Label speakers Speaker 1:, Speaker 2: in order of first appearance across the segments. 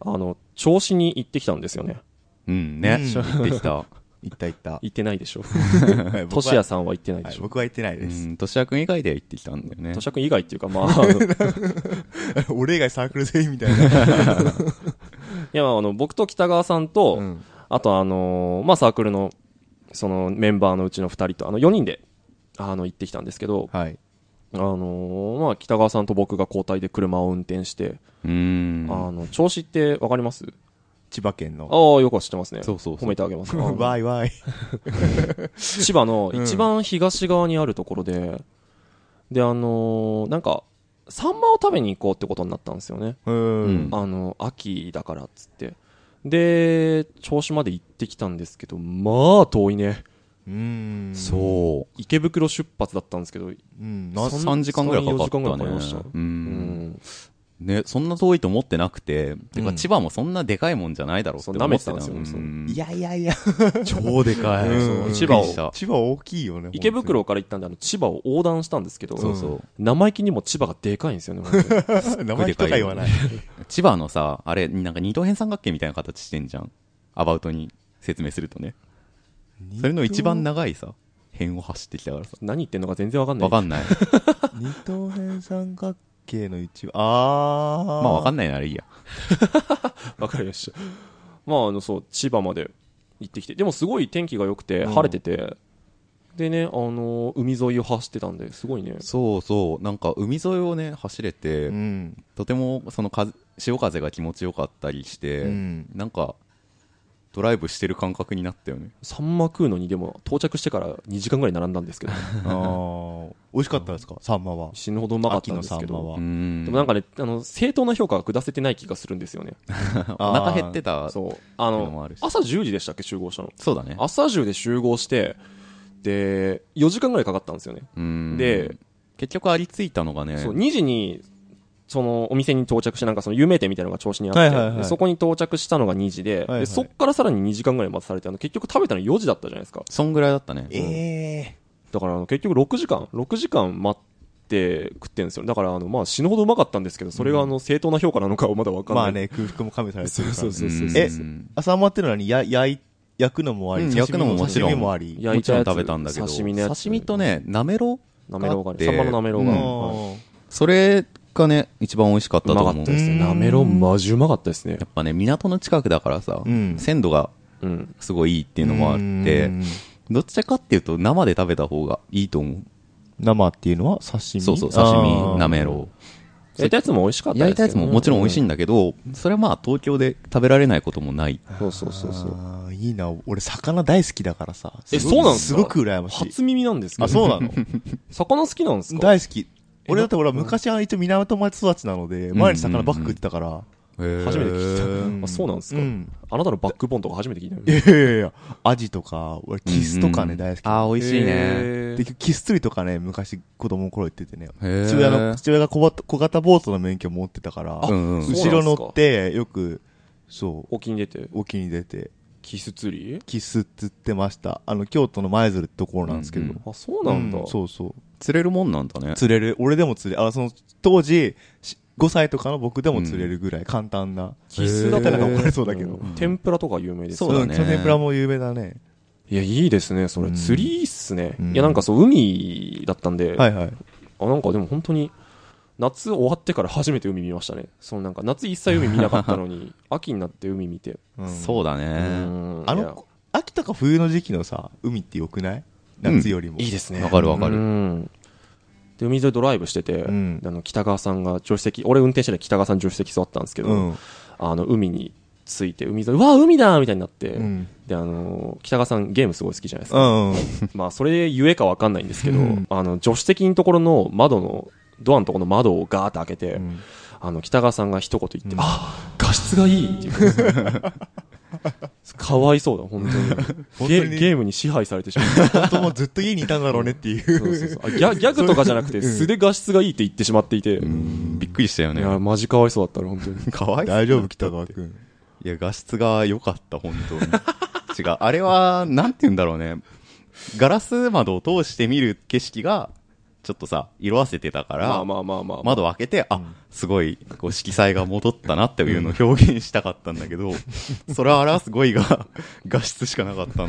Speaker 1: あの、調子に行ってきたんですよね。
Speaker 2: うんね。
Speaker 3: う ん
Speaker 2: 行ってきた。
Speaker 3: 行った行った。
Speaker 1: 行ってないで しょ。
Speaker 3: 僕
Speaker 1: トシヤ
Speaker 3: は、
Speaker 1: さんは行ってない で
Speaker 3: はい
Speaker 1: しょ。
Speaker 3: 僕は行ってないうです。
Speaker 2: ん。としやくん以外で行ってきたんだよね
Speaker 1: ト。シヤ君以外っていうか、まあ、あ のい
Speaker 3: 俺以外サークル全員みたいな。
Speaker 1: や、あの、僕と北川さんと、
Speaker 3: うん
Speaker 1: あとあのーまあサークルの、そのメンバーのうちの二人と、あの、4人で、あの、行ってきたんですけど、
Speaker 3: はい。
Speaker 1: あのーまあ北川さんと僕が交代で車を運転して、
Speaker 2: うん。
Speaker 1: あの、調子ってわかります
Speaker 3: 千葉県の。
Speaker 1: ああ、よくは知ってますね。
Speaker 2: そうそうそう
Speaker 1: 褒めてあげます。あの
Speaker 3: わいわい。
Speaker 1: 千葉の一番東側にあるところで、で、あのーなんか、サンマを食べに行こうってことになったんですよね。
Speaker 3: う
Speaker 2: うん
Speaker 3: ん。
Speaker 1: あの、秋だからっつって。で、銚子まで行ってきたんですけど、まあ遠いね。
Speaker 3: うん。
Speaker 2: そう。
Speaker 1: 池袋出発だったんですけど、
Speaker 3: うん。な
Speaker 1: そん
Speaker 2: 3時間ぐらいかかった
Speaker 1: 3 4時間
Speaker 2: ね。
Speaker 1: ぐらいかかりました
Speaker 2: う。
Speaker 1: うんん。
Speaker 2: ね、そんな遠いと思ってなくて、て
Speaker 3: う
Speaker 2: か
Speaker 3: ん
Speaker 2: 千葉もそんなでかいもんじゃないだろうって
Speaker 1: そう
Speaker 2: 思ってた
Speaker 1: 舐めてたんですよ
Speaker 2: うん
Speaker 3: いやいやいや。
Speaker 2: 超でかい。
Speaker 3: う
Speaker 2: そ
Speaker 3: ん
Speaker 2: う
Speaker 1: 千葉を
Speaker 2: びっくりした
Speaker 3: 千葉大きいよね。
Speaker 1: 池袋から行ったんで、あの、千葉を横断したんですけど、
Speaker 2: そうそう。
Speaker 1: 生意気にも千葉がでかいんですよ ね、本当に
Speaker 3: 本当に。名前とか言わない。
Speaker 2: 千葉のさ、あれ、なんか二等辺三角形みたいな形してんじゃん。アバウトに説明するとね。それの一番長いさ、辺を走ってきたからさ。
Speaker 1: 何言ってんのか全然わかんない。
Speaker 2: わかんない。
Speaker 3: 二等辺三角形の一番、あー。
Speaker 2: まあわか
Speaker 3: ん
Speaker 2: んないなら いいや。
Speaker 1: わかりました。まあ、あの、そう、千葉まで行ってきて、でもすごい天気が良くて、晴れてて、でね、あのー海沿いを走ってたんで、すごいね。
Speaker 2: そうそう。なんか海沿いをね、走れて、
Speaker 3: うん。
Speaker 2: とてもその風潮風が気持ちよかったりして、
Speaker 3: うん
Speaker 2: なんかドライブしてる感覚になったよね
Speaker 1: サンマ食うのに、でも、到着してから2時間ぐらい並んだんです けど、
Speaker 3: あー。美味しかったですかサンマは。
Speaker 1: 死ぬほどうまかった
Speaker 3: 秋
Speaker 1: ん
Speaker 3: の
Speaker 1: です
Speaker 3: サ
Speaker 1: け
Speaker 3: ンマ
Speaker 1: ど、
Speaker 3: は
Speaker 2: う。ん
Speaker 1: でもなんかね、あの、正当な評価が下せてない気がするんですよね。
Speaker 2: お腹減ってたそう
Speaker 1: そう。あ
Speaker 2: っていうのもあ
Speaker 1: の
Speaker 2: るし、
Speaker 1: 朝10時でしたっけ、集合したの。
Speaker 2: だね
Speaker 1: 朝10で集合して、で、4時間ぐらいかかったんですよね。
Speaker 2: うん
Speaker 1: で
Speaker 2: 結局ありついたのがね
Speaker 1: そう、2時に、そのお店に到着して、なんかその有名店みたいなのが調子にあって、
Speaker 3: はいはいはい
Speaker 1: でそこに到着したのが2時で、
Speaker 3: はいはい
Speaker 1: でそっからさらに2時間ぐらい待たされて、あの結局食べたの4時だったじゃないですか。
Speaker 2: そんぐらいだったね
Speaker 3: え
Speaker 1: だからあの結局6時間、6時間待って食ってるんですよ。だからあの、まあ死ぬほどうまかったんですけど、それがあの正当な評価なのかはまだわ
Speaker 3: ー。
Speaker 1: かんない。
Speaker 3: まあ。ね、空腹も加味されてるから。
Speaker 1: そうそうそうそう
Speaker 3: え
Speaker 2: う、
Speaker 3: あサンマってのはにや焼い焼くのもあり、
Speaker 2: うん
Speaker 3: 刺身
Speaker 2: 焼くのももちろん
Speaker 3: 刺身もあり。
Speaker 1: 焼いたやつ
Speaker 2: もちろん食べたんだけど
Speaker 1: 刺身のやつ
Speaker 2: 刺身とねなめろ
Speaker 1: なめろうが
Speaker 2: あっ
Speaker 1: ね、
Speaker 2: て
Speaker 1: サンマのなめろうが。
Speaker 2: う
Speaker 3: うん
Speaker 1: はい
Speaker 2: それがね一番美味しかった
Speaker 1: うま
Speaker 2: と
Speaker 1: かっ
Speaker 2: 思う
Speaker 1: たです
Speaker 3: う
Speaker 1: ね。
Speaker 3: ん
Speaker 1: なめろうマジうまかったですね
Speaker 2: や。っぱね港の近くだからさ、
Speaker 3: うん
Speaker 2: 鮮度が
Speaker 1: うん。
Speaker 2: すごいいいっていうのもあっ
Speaker 3: う
Speaker 2: て
Speaker 3: ん
Speaker 2: どっちかっていうと生で食べた方がいいと思
Speaker 3: 生っていうのは刺
Speaker 2: う
Speaker 3: 身
Speaker 2: そうそう刺
Speaker 3: あ
Speaker 2: 身
Speaker 3: ー
Speaker 2: なめろう
Speaker 1: 焼いたやつも美味しかった
Speaker 2: 焼いたやつももちろん美味しい
Speaker 1: い。
Speaker 2: んだけど、それはまあ東京で食べられないこともない。
Speaker 1: そうそうそうそう。
Speaker 3: あーいいな。俺、魚大好きだからさ。
Speaker 1: え
Speaker 3: すごい
Speaker 1: そうなんす
Speaker 3: す
Speaker 1: か
Speaker 3: ごく羨ましい。
Speaker 1: 初耳なんですけど。
Speaker 3: あ、そうなの
Speaker 1: 魚好きなんですか
Speaker 3: 大好き。俺だって俺は昔は一応港町育ちなので、毎日魚ばっか食ってたから。
Speaker 2: 初
Speaker 1: 初めて聞いた、
Speaker 3: ん
Speaker 1: あそうなんですか、
Speaker 3: うん
Speaker 1: あなたのバックボーンとか初めて聞いたよ
Speaker 3: いやいやいや、アジとか、俺 キスとか
Speaker 2: う
Speaker 3: ね、
Speaker 2: ん
Speaker 3: 大好き。
Speaker 2: あー、美味しいね。
Speaker 1: へ
Speaker 3: で、キス釣りとかね、昔子供の頃行っててね。
Speaker 2: へー
Speaker 3: 父親の、父親が小型小型ボートの免許持ってたから、
Speaker 2: うんうん
Speaker 1: そう
Speaker 3: 後ろ乗って、よく、そ
Speaker 1: 沖に出て
Speaker 3: う、沖に出て、
Speaker 1: キス釣り
Speaker 3: キス釣ってました。あの、京都の舞鶴ってところなんですけど。
Speaker 2: うんうん
Speaker 1: あそうなんだ、
Speaker 3: うそうそう。
Speaker 2: 釣れるもんなんだね。
Speaker 3: 釣れる。俺でも釣れる。あ、その、当時、し5歳とかの僕でも釣れるぐらい簡単な。
Speaker 1: キスだったら
Speaker 3: へーなんか怒られそうだけど
Speaker 1: ん天ぷらとか有名です
Speaker 2: そうだね
Speaker 3: ん天ぷらも有名だね。
Speaker 1: いやいいですねそれ、
Speaker 3: うん
Speaker 1: 釣りいいっすね、
Speaker 3: うん
Speaker 1: いやなんかそう海だったんで、
Speaker 3: はいはい。
Speaker 1: あなんかでも本当に夏終わってから初めて海見ましたねそのなんか夏一切海見なかったの に秋になって海見て、
Speaker 3: うん
Speaker 2: そうだ
Speaker 1: う
Speaker 2: ね。
Speaker 1: ん
Speaker 3: あ
Speaker 1: いや
Speaker 3: の、秋とか冬の時期のさ、海って良くない夏よりも。
Speaker 1: いいですね
Speaker 2: わかるわか
Speaker 1: う
Speaker 2: る。
Speaker 1: んで海沿いドライブしてて、
Speaker 3: うん
Speaker 1: あの北川さんが助手席俺運転してて北川さん助手席座ったんですけど、
Speaker 3: うん。
Speaker 1: あの海に着いて海沿い「うわ海だ!」みたいになって、
Speaker 3: うん。
Speaker 1: であの北川さんゲームすごい好きじゃないですか、
Speaker 3: うん。
Speaker 1: まあそれゆえかわかんないんですけど、
Speaker 3: うん
Speaker 1: あの助手席のところの窓のドアのところの窓をガーッと開けて、
Speaker 3: うん
Speaker 1: あの北川さんが一言言って「
Speaker 3: うん
Speaker 1: あ画質がいい!」っていうかわいそうだ本当に
Speaker 3: 当に
Speaker 1: ゲゲームに支配されてしまう
Speaker 3: 本当もうずっと家にいたんだろうねっていう。
Speaker 1: そうそうそうあギャギャグとかじゃなくて素で画質がいいって言ってしまっていて、
Speaker 2: うんびっくりしたよ
Speaker 1: い
Speaker 2: ね。
Speaker 1: やマジかわいそうだったら本当に
Speaker 2: かわいそう
Speaker 3: 大丈夫、北川くん。
Speaker 2: いや、画質が良かった、本当に。違う。あれは、なんて言うんだろうね。ガラス窓を通して見る景色が、ちょっとさ、色あせてたから、
Speaker 1: まあまあまあまあ、まあ。
Speaker 2: 窓を開けて、あ、すごい、こう、色彩が戻ったなっていうのを表現したかったんだけど、それを表す語彙が 画質しかなかったの。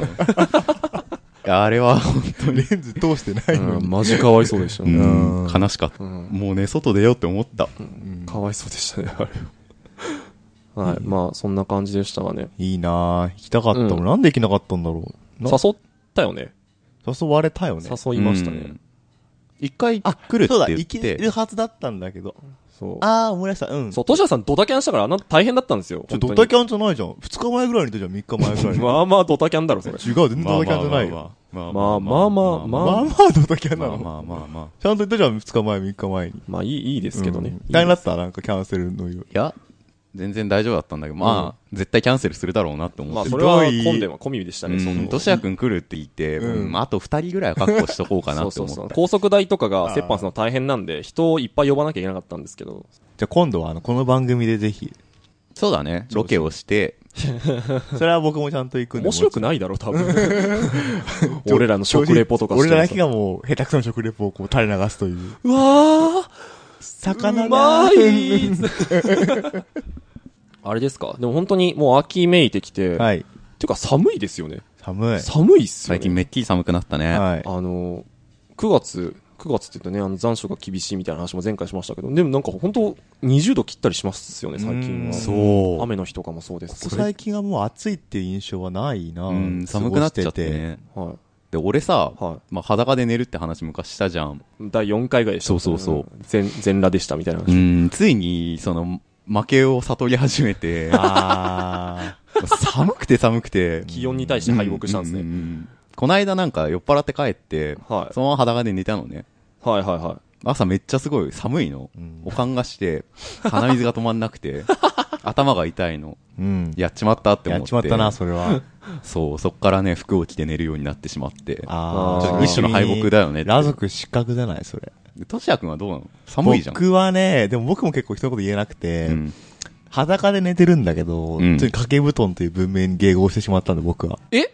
Speaker 2: いやあれは、本当に、
Speaker 3: レンズ通してないの
Speaker 1: うん
Speaker 3: に。
Speaker 1: マジかわいそうでした
Speaker 2: う
Speaker 1: ね。
Speaker 2: ん、悲しかった。
Speaker 1: うん
Speaker 2: もうね、外出ようって思った。
Speaker 1: かわいそうでしたね、あれは。はい、まあ、そんな感じでしたがね。
Speaker 3: いいなあ行きたかったもん。
Speaker 1: うん
Speaker 3: なんで行けなかったんだろう。な
Speaker 1: 誘ったよね。
Speaker 3: 誘われたよね。
Speaker 1: 誘いました
Speaker 2: う
Speaker 1: ね
Speaker 2: ん。。一回来るって
Speaker 3: そうだ、
Speaker 2: 言っ
Speaker 3: 行け
Speaker 2: て、
Speaker 3: るはずだったんだけど。
Speaker 1: そう。
Speaker 3: ああ、思い出した。うん。
Speaker 1: そう、トシヤさんドタキャンしたから、あんな大変だったんですよ。
Speaker 3: ち
Speaker 1: 本
Speaker 3: ょ、
Speaker 1: 当
Speaker 3: ド
Speaker 1: に
Speaker 3: タキャンじゃないじゃん。二日前ぐらいにいたじゃん、三日前ぐらいに。
Speaker 1: まあまあドタキャンだろ、それ。
Speaker 3: 違う、全然ドタキャンじゃないよ。
Speaker 2: まあ
Speaker 1: まあまあまあま
Speaker 3: ま
Speaker 1: あ
Speaker 3: あ
Speaker 1: まあ
Speaker 3: まあドタキャンな
Speaker 2: まあ
Speaker 3: の。
Speaker 2: まあまあまあ。
Speaker 3: ちゃんといたじゃん、二日前、三日前に。
Speaker 1: まあいい、いいですけどね。
Speaker 3: 大変だったなんかキャンセルのよ。
Speaker 2: いや、全然大丈夫だったんだけど、まあ、絶対キャンセルするだろうなって思
Speaker 1: ま
Speaker 2: っ
Speaker 1: あ
Speaker 2: て
Speaker 1: それは
Speaker 3: ひどい
Speaker 1: 混んでは込みでしたね、その。
Speaker 2: トシヤ君来るって言って、
Speaker 3: うん
Speaker 2: うんまあ、あと2人ぐらいは確保しとこうかな
Speaker 1: そう
Speaker 2: って
Speaker 1: そう
Speaker 2: 思った。
Speaker 1: そう。高速代とかが折半するの大変なんで、人をいっぱい呼ばなきゃいけなかったんですけど。
Speaker 3: じゃあ今度は、あの、この番組でぜひ。
Speaker 2: そうだね。ロケをして、
Speaker 3: それは僕もちゃんと行くんで。
Speaker 1: 面白
Speaker 3: も
Speaker 1: くないだろ、多 分。俺らの食レポとか
Speaker 3: 正直
Speaker 1: して
Speaker 3: 俺ら
Speaker 1: も
Speaker 3: だ
Speaker 1: さ
Speaker 3: けがもう、下手くその食レポをこう垂れ流すという。
Speaker 1: うわー
Speaker 3: 魚
Speaker 1: うま
Speaker 3: だ
Speaker 1: い あれですかでも本当にもう秋めいてきて、、
Speaker 3: はいい。
Speaker 1: てか寒いですよね。
Speaker 3: 寒い。
Speaker 1: 寒いっすよね。
Speaker 2: 最近めっきり寒くなったね。
Speaker 3: はい。
Speaker 1: あの、9月、9月って言うとね、あの残暑が厳しいみたいな話も前回しましたけど、でもなんか本当20度切ったりしますよね、最近は。
Speaker 3: うん
Speaker 2: そう
Speaker 1: 雨の日とかもそうです
Speaker 3: ここ
Speaker 1: それ
Speaker 3: 最近はもう暑いっていう印象はないな、
Speaker 2: うん、寒くなっちゃって
Speaker 3: 過ご
Speaker 2: ね。
Speaker 3: し
Speaker 1: はい。
Speaker 2: で、俺さ、
Speaker 1: は
Speaker 2: まあ、裸で寝るって話昔したじゃん。
Speaker 1: 第4回ぐらいでしたね。
Speaker 2: そうそうそ
Speaker 1: 全、全裸でしたみたいな話。
Speaker 2: うん、ついに、その、負けを悟り始めて、
Speaker 3: あ
Speaker 2: 寒くて寒くて。
Speaker 1: 気温に対して敗北したんですね。
Speaker 2: ううううんこないだなんか酔っ払って帰って、
Speaker 1: はい
Speaker 2: そのまま裸で寝たのね。
Speaker 1: はいはいはい。
Speaker 2: 朝めっちゃすごい寒いの。
Speaker 3: ん
Speaker 2: おかんがして、鼻水が止まんなくて、頭が痛いの。
Speaker 3: ー。うん。
Speaker 2: やっちまったって思
Speaker 3: や
Speaker 2: っ。
Speaker 3: ってちまったな、それは。
Speaker 2: そう、そっからね、服を着て寝るようになってしまって。
Speaker 1: ー
Speaker 3: あ
Speaker 1: ちょっと一
Speaker 2: 種の敗北だよねって
Speaker 3: ラ族失格じゃない、それ。
Speaker 2: トシヤ君はどうなの寒いじゃん。
Speaker 3: 僕はね、でも僕も結構人のこと言えなくて、
Speaker 2: うん
Speaker 3: 裸で寝てるんだけど、
Speaker 2: う
Speaker 3: 普
Speaker 2: ん
Speaker 3: 通に掛け布団という文明に迎合してしまったんで、僕は。
Speaker 1: え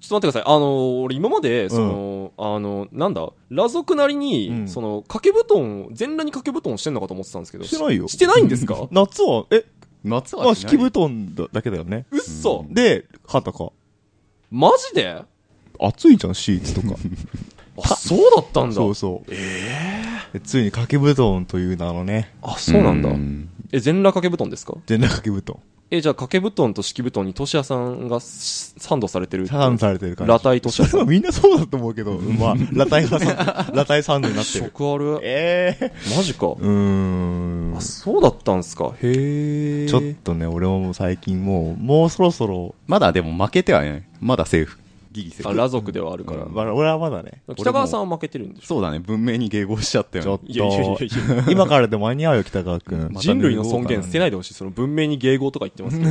Speaker 1: ちょっと待ってください。あの、俺今まで、その、あの、なんだ、裸族なりに、
Speaker 3: うん
Speaker 1: その、掛け布団を、全裸に掛け布団をしてんのかと思ってたんですけど。
Speaker 3: してないよ
Speaker 1: してないんですか
Speaker 3: 夏は、え、
Speaker 2: 夏
Speaker 3: まあ、
Speaker 2: はしな
Speaker 3: 敷
Speaker 2: い
Speaker 3: 布団だだけだよね。
Speaker 1: うっそ、
Speaker 3: で、肩か。
Speaker 1: マジで
Speaker 3: 暑いじゃん、シーツとか。
Speaker 1: あ、そうだったんだ。
Speaker 3: そうそう。ええついに掛け布団という名のね、
Speaker 1: あ、そうなんだ。
Speaker 2: うん
Speaker 1: え、全裸掛け布団ですか
Speaker 3: 全裸掛け布団。
Speaker 1: え、じゃあ掛け布団と敷布団にトシヤさんがしサンドされてる。
Speaker 3: サンドされてる感じ。
Speaker 1: 裸体とし
Speaker 3: そ
Speaker 1: て
Speaker 3: れはみんなそうだと思うけど、まあ、裸体がサンド、裸体サンドになってる。
Speaker 1: 食ある。
Speaker 3: ええ
Speaker 1: マジか。
Speaker 3: うーん
Speaker 1: あ、。そうだったんすか。へえ。
Speaker 3: ちょっとね、俺ももう最近もう、もうそろそろ、
Speaker 2: まだでも負けてはいない。まだセーフ。ギリセ
Speaker 1: あ、
Speaker 2: ーフ。
Speaker 1: 裸族ではあるから。
Speaker 3: まあ俺はまだね、
Speaker 1: 北川さんは負けてるんでしょ
Speaker 2: そうだね、文明に迎合しちゃった
Speaker 3: ち
Speaker 2: よ
Speaker 3: ょっ
Speaker 2: ね。
Speaker 1: いやいやいや
Speaker 3: と
Speaker 1: い、
Speaker 3: 今からでも間に合うよ、北川 くん
Speaker 2: ま。
Speaker 1: 人類の尊厳捨てないでほしい。その文明に迎合とか言ってますけ ど。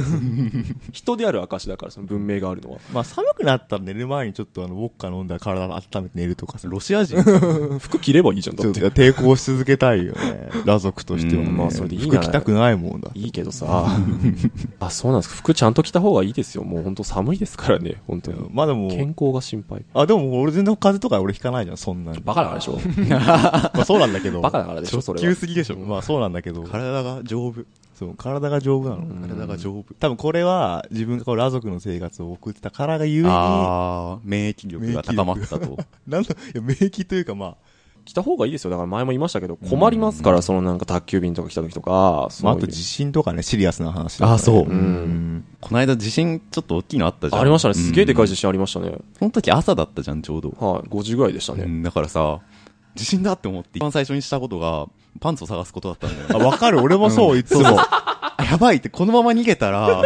Speaker 1: 人である証だから、その文明があるのは。
Speaker 3: まあ寒くなったら寝る前にちょっとあの、ウォッカ飲んだら体を温めて寝るとかさ、
Speaker 2: ロシア 人う
Speaker 1: 服着ればいいじゃん、
Speaker 3: ち
Speaker 1: だ
Speaker 3: ょ
Speaker 1: っ
Speaker 3: っと
Speaker 1: て。
Speaker 3: 抵抗し続けたいよね。裸族としてはね。
Speaker 1: うんまあそれでいいんじゃ
Speaker 3: 服
Speaker 1: ない
Speaker 3: 着たくないもんだ。
Speaker 1: いいけどさ。あ、そうなんですか。服ちゃんと着た方がいいですよ。もう本当寒いですからね、本当に。
Speaker 3: まあでも、
Speaker 1: 健康が心配。
Speaker 3: あ、でも俺全然風邪とか俺引かないじゃん、そんなに。
Speaker 1: バカだからでしょ。
Speaker 3: まあそうなんだけど。
Speaker 1: バカだからでしょ、それは。
Speaker 3: すぎでしょ。まあそうなんだけど。
Speaker 2: 体が丈夫。
Speaker 3: そう、体が丈夫なの。
Speaker 2: 体が丈夫。
Speaker 3: 多分これは自分がこう、裸族の生活を送ってたからがゆえに、なん
Speaker 2: ああ、免疫力が高まったと。
Speaker 3: だ、いや、免疫というかま
Speaker 1: 着た方がいいですよ。だから前も言いましたけど、困りますから、そのなんか宅急便とか来た時とか、
Speaker 3: あ、ま
Speaker 1: そ
Speaker 3: あ、
Speaker 1: う
Speaker 3: あ
Speaker 1: いう
Speaker 3: と地震とかね、シリアスな話、
Speaker 2: あーそう
Speaker 3: う。
Speaker 1: うん
Speaker 2: この間地震ちょっと大きいのあったじゃん。
Speaker 1: ありましたね。すげえでかい
Speaker 2: じゃん。
Speaker 1: 地震ありましたね。
Speaker 2: その時朝だったじゃん、ちょうど。
Speaker 1: はい。5時ぐらいでした
Speaker 2: う
Speaker 1: ね。
Speaker 2: んだからさ、地震だって思って一番最初にしたことが、パンツを探すことだった んだよ。
Speaker 3: あ、わかる。俺もそう、いつも。
Speaker 2: あやばいって、このまま逃げたら、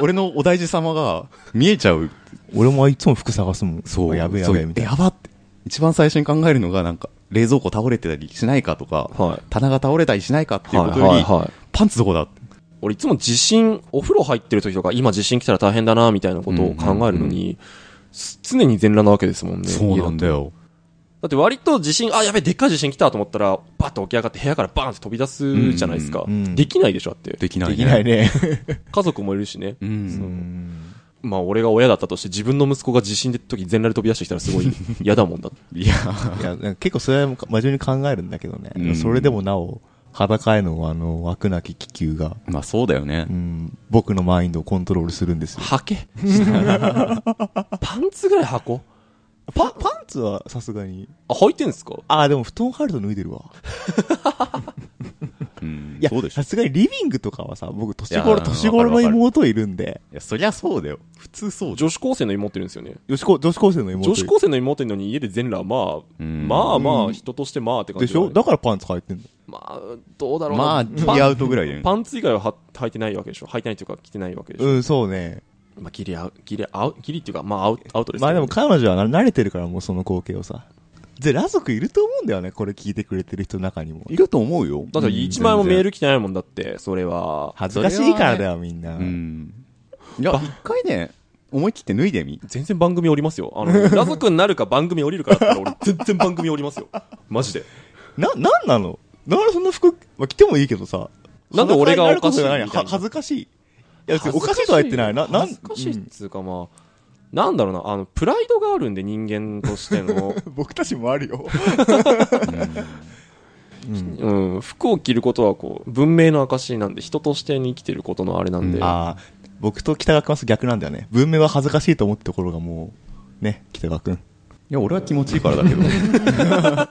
Speaker 2: 俺のお大事様が見えちゃう。
Speaker 3: 俺もいつも服探すもん。
Speaker 2: そう。
Speaker 3: やべえや
Speaker 2: そう
Speaker 3: べえみたいな。
Speaker 2: やばって。一番最初に考えるのが、なんか、冷蔵庫倒れてたりしないかとか、
Speaker 1: はい
Speaker 2: 棚が倒れたりしないかっていうことより、
Speaker 1: はいはいはい
Speaker 2: パンツどこだって。
Speaker 1: 俺いつも地震、お風呂入ってる時とか、今地震来たら大変だな、みたいなことを考えるのに、す常に全裸なわけですもんね。
Speaker 2: そうなん
Speaker 1: 家だと。
Speaker 2: だよ。
Speaker 1: だって割と地震、あ、やべえ、でっかい地震来たと思ったら、バッと起き上がって部屋からバーンって飛び出すじゃないですか。
Speaker 3: うんうんうん
Speaker 1: できないでしょ、だって。
Speaker 2: できない、
Speaker 3: できない。ね。
Speaker 1: 家族もいるしね。
Speaker 2: うん。
Speaker 3: うん
Speaker 1: まあ俺が親だったとして、自分の息子が地震で時全裸で飛び出してきたらすごい嫌だもんだって。
Speaker 2: いや、
Speaker 3: いや、なんか結構それは真面目に考えるんだけどね。
Speaker 2: うん
Speaker 3: それでもなお、裸へのあの、枠なき気球が、
Speaker 2: まあそうだよね
Speaker 3: う。ん、僕のマインドをコントロールするんですよ。
Speaker 1: はけパンツぐらい箱
Speaker 3: パ、パンツはさすがに。
Speaker 1: あ、履いてんすか
Speaker 3: ああ、でも布団張ると脱いでるわ。
Speaker 2: うん
Speaker 3: いや
Speaker 2: そうで、しょ。
Speaker 3: さすがにリビングとかはさ、僕年
Speaker 2: いや
Speaker 3: 頃、年頃の
Speaker 2: わかるわかる
Speaker 3: 妹いるんで、
Speaker 2: いや、そりゃそうだよ。普通そうじ
Speaker 1: 女子高生の妹いるんですよね。
Speaker 3: 女子高女子高生の妹い
Speaker 1: 女子
Speaker 3: る。
Speaker 1: 高生の妹いるのに家で全裸はまあ、
Speaker 2: うん
Speaker 1: まあま
Speaker 3: う
Speaker 1: あ、
Speaker 3: ん
Speaker 1: 人としてまあって感
Speaker 3: で
Speaker 1: じ
Speaker 3: しょ
Speaker 1: だ
Speaker 3: だからパンツ履いてんの。
Speaker 1: まあ、どうだ
Speaker 2: ゃ
Speaker 1: ろ
Speaker 2: ん。
Speaker 1: うな。
Speaker 2: ま
Speaker 1: パ
Speaker 2: あ、ギ
Speaker 1: ン
Speaker 2: リアウトぐらいだよね。
Speaker 1: パンツ以外はは履いてないわけでしょ履いてないというか着てないわけでしょ、
Speaker 3: うん、そうね。
Speaker 1: まあギリアウ、ギリアウ、ギリっていうか、まあアウアウトですけど
Speaker 3: まあでも彼女はな慣れてるからもうその光景をさ。で、ラ族いると思うんだよね。これ聞いてくれてる人の中にも。
Speaker 2: いると思うよ。
Speaker 1: だって1枚もメール来てないもんだって、それは。
Speaker 3: 恥ずかしいからだよ、みんな。
Speaker 2: うん。いや、一回ね、思い切って脱いでみ。
Speaker 1: 全然番組降りますよ。あの、ラ族になるか番組降りるかだったら 俺全然番組降りますよ。マジで。
Speaker 3: な、なんなのなんでそんな服、まあ、着てもいいけどさ。
Speaker 1: なんで俺がおかしいみ
Speaker 3: そ
Speaker 1: たい
Speaker 3: んな感じになるこ
Speaker 1: な
Speaker 3: とじゃないは恥ずかしい。いや、別におかしいとは言ってない。な、なん、
Speaker 1: 恥ずかしいっつうかまあ、なんだろうな、あの、プライドがあるんで人間として の、
Speaker 3: うん僕たちもあるよ。うん
Speaker 1: うん、服を着ることはこう、文明の証なんで、人として生きてること のあれなんで、
Speaker 2: うん
Speaker 3: ああ、僕と北川君は逆なんだよね。文明は恥ずかしいと思ってところがもう、ね、北川君。
Speaker 2: いや、俺は気持ちいいからだ けど。
Speaker 1: は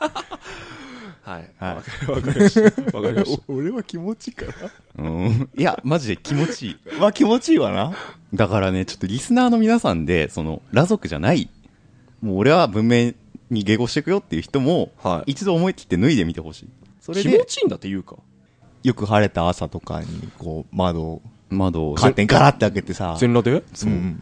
Speaker 1: い。
Speaker 3: はい
Speaker 1: わかりました。わかりまし
Speaker 3: 俺は気持ちいいから。
Speaker 2: うん。いや、マジで気持ちいい。
Speaker 3: まあ気持ちいいわな。
Speaker 2: だからね、ちょっとリスナーの皆さんで、その、裸族じゃない、もう俺は文明に下語してくよっていう人も、
Speaker 1: はい
Speaker 2: 一度思い切って脱いでみてほしい。そ
Speaker 1: た。
Speaker 2: れ
Speaker 1: 気持
Speaker 2: で、
Speaker 1: ちいいんだって言うか。
Speaker 3: よく晴れた朝とかに、こう、窓を、
Speaker 2: 窓を、
Speaker 3: カーテンガラって開けてさ。
Speaker 1: 全裸で
Speaker 3: そう。うん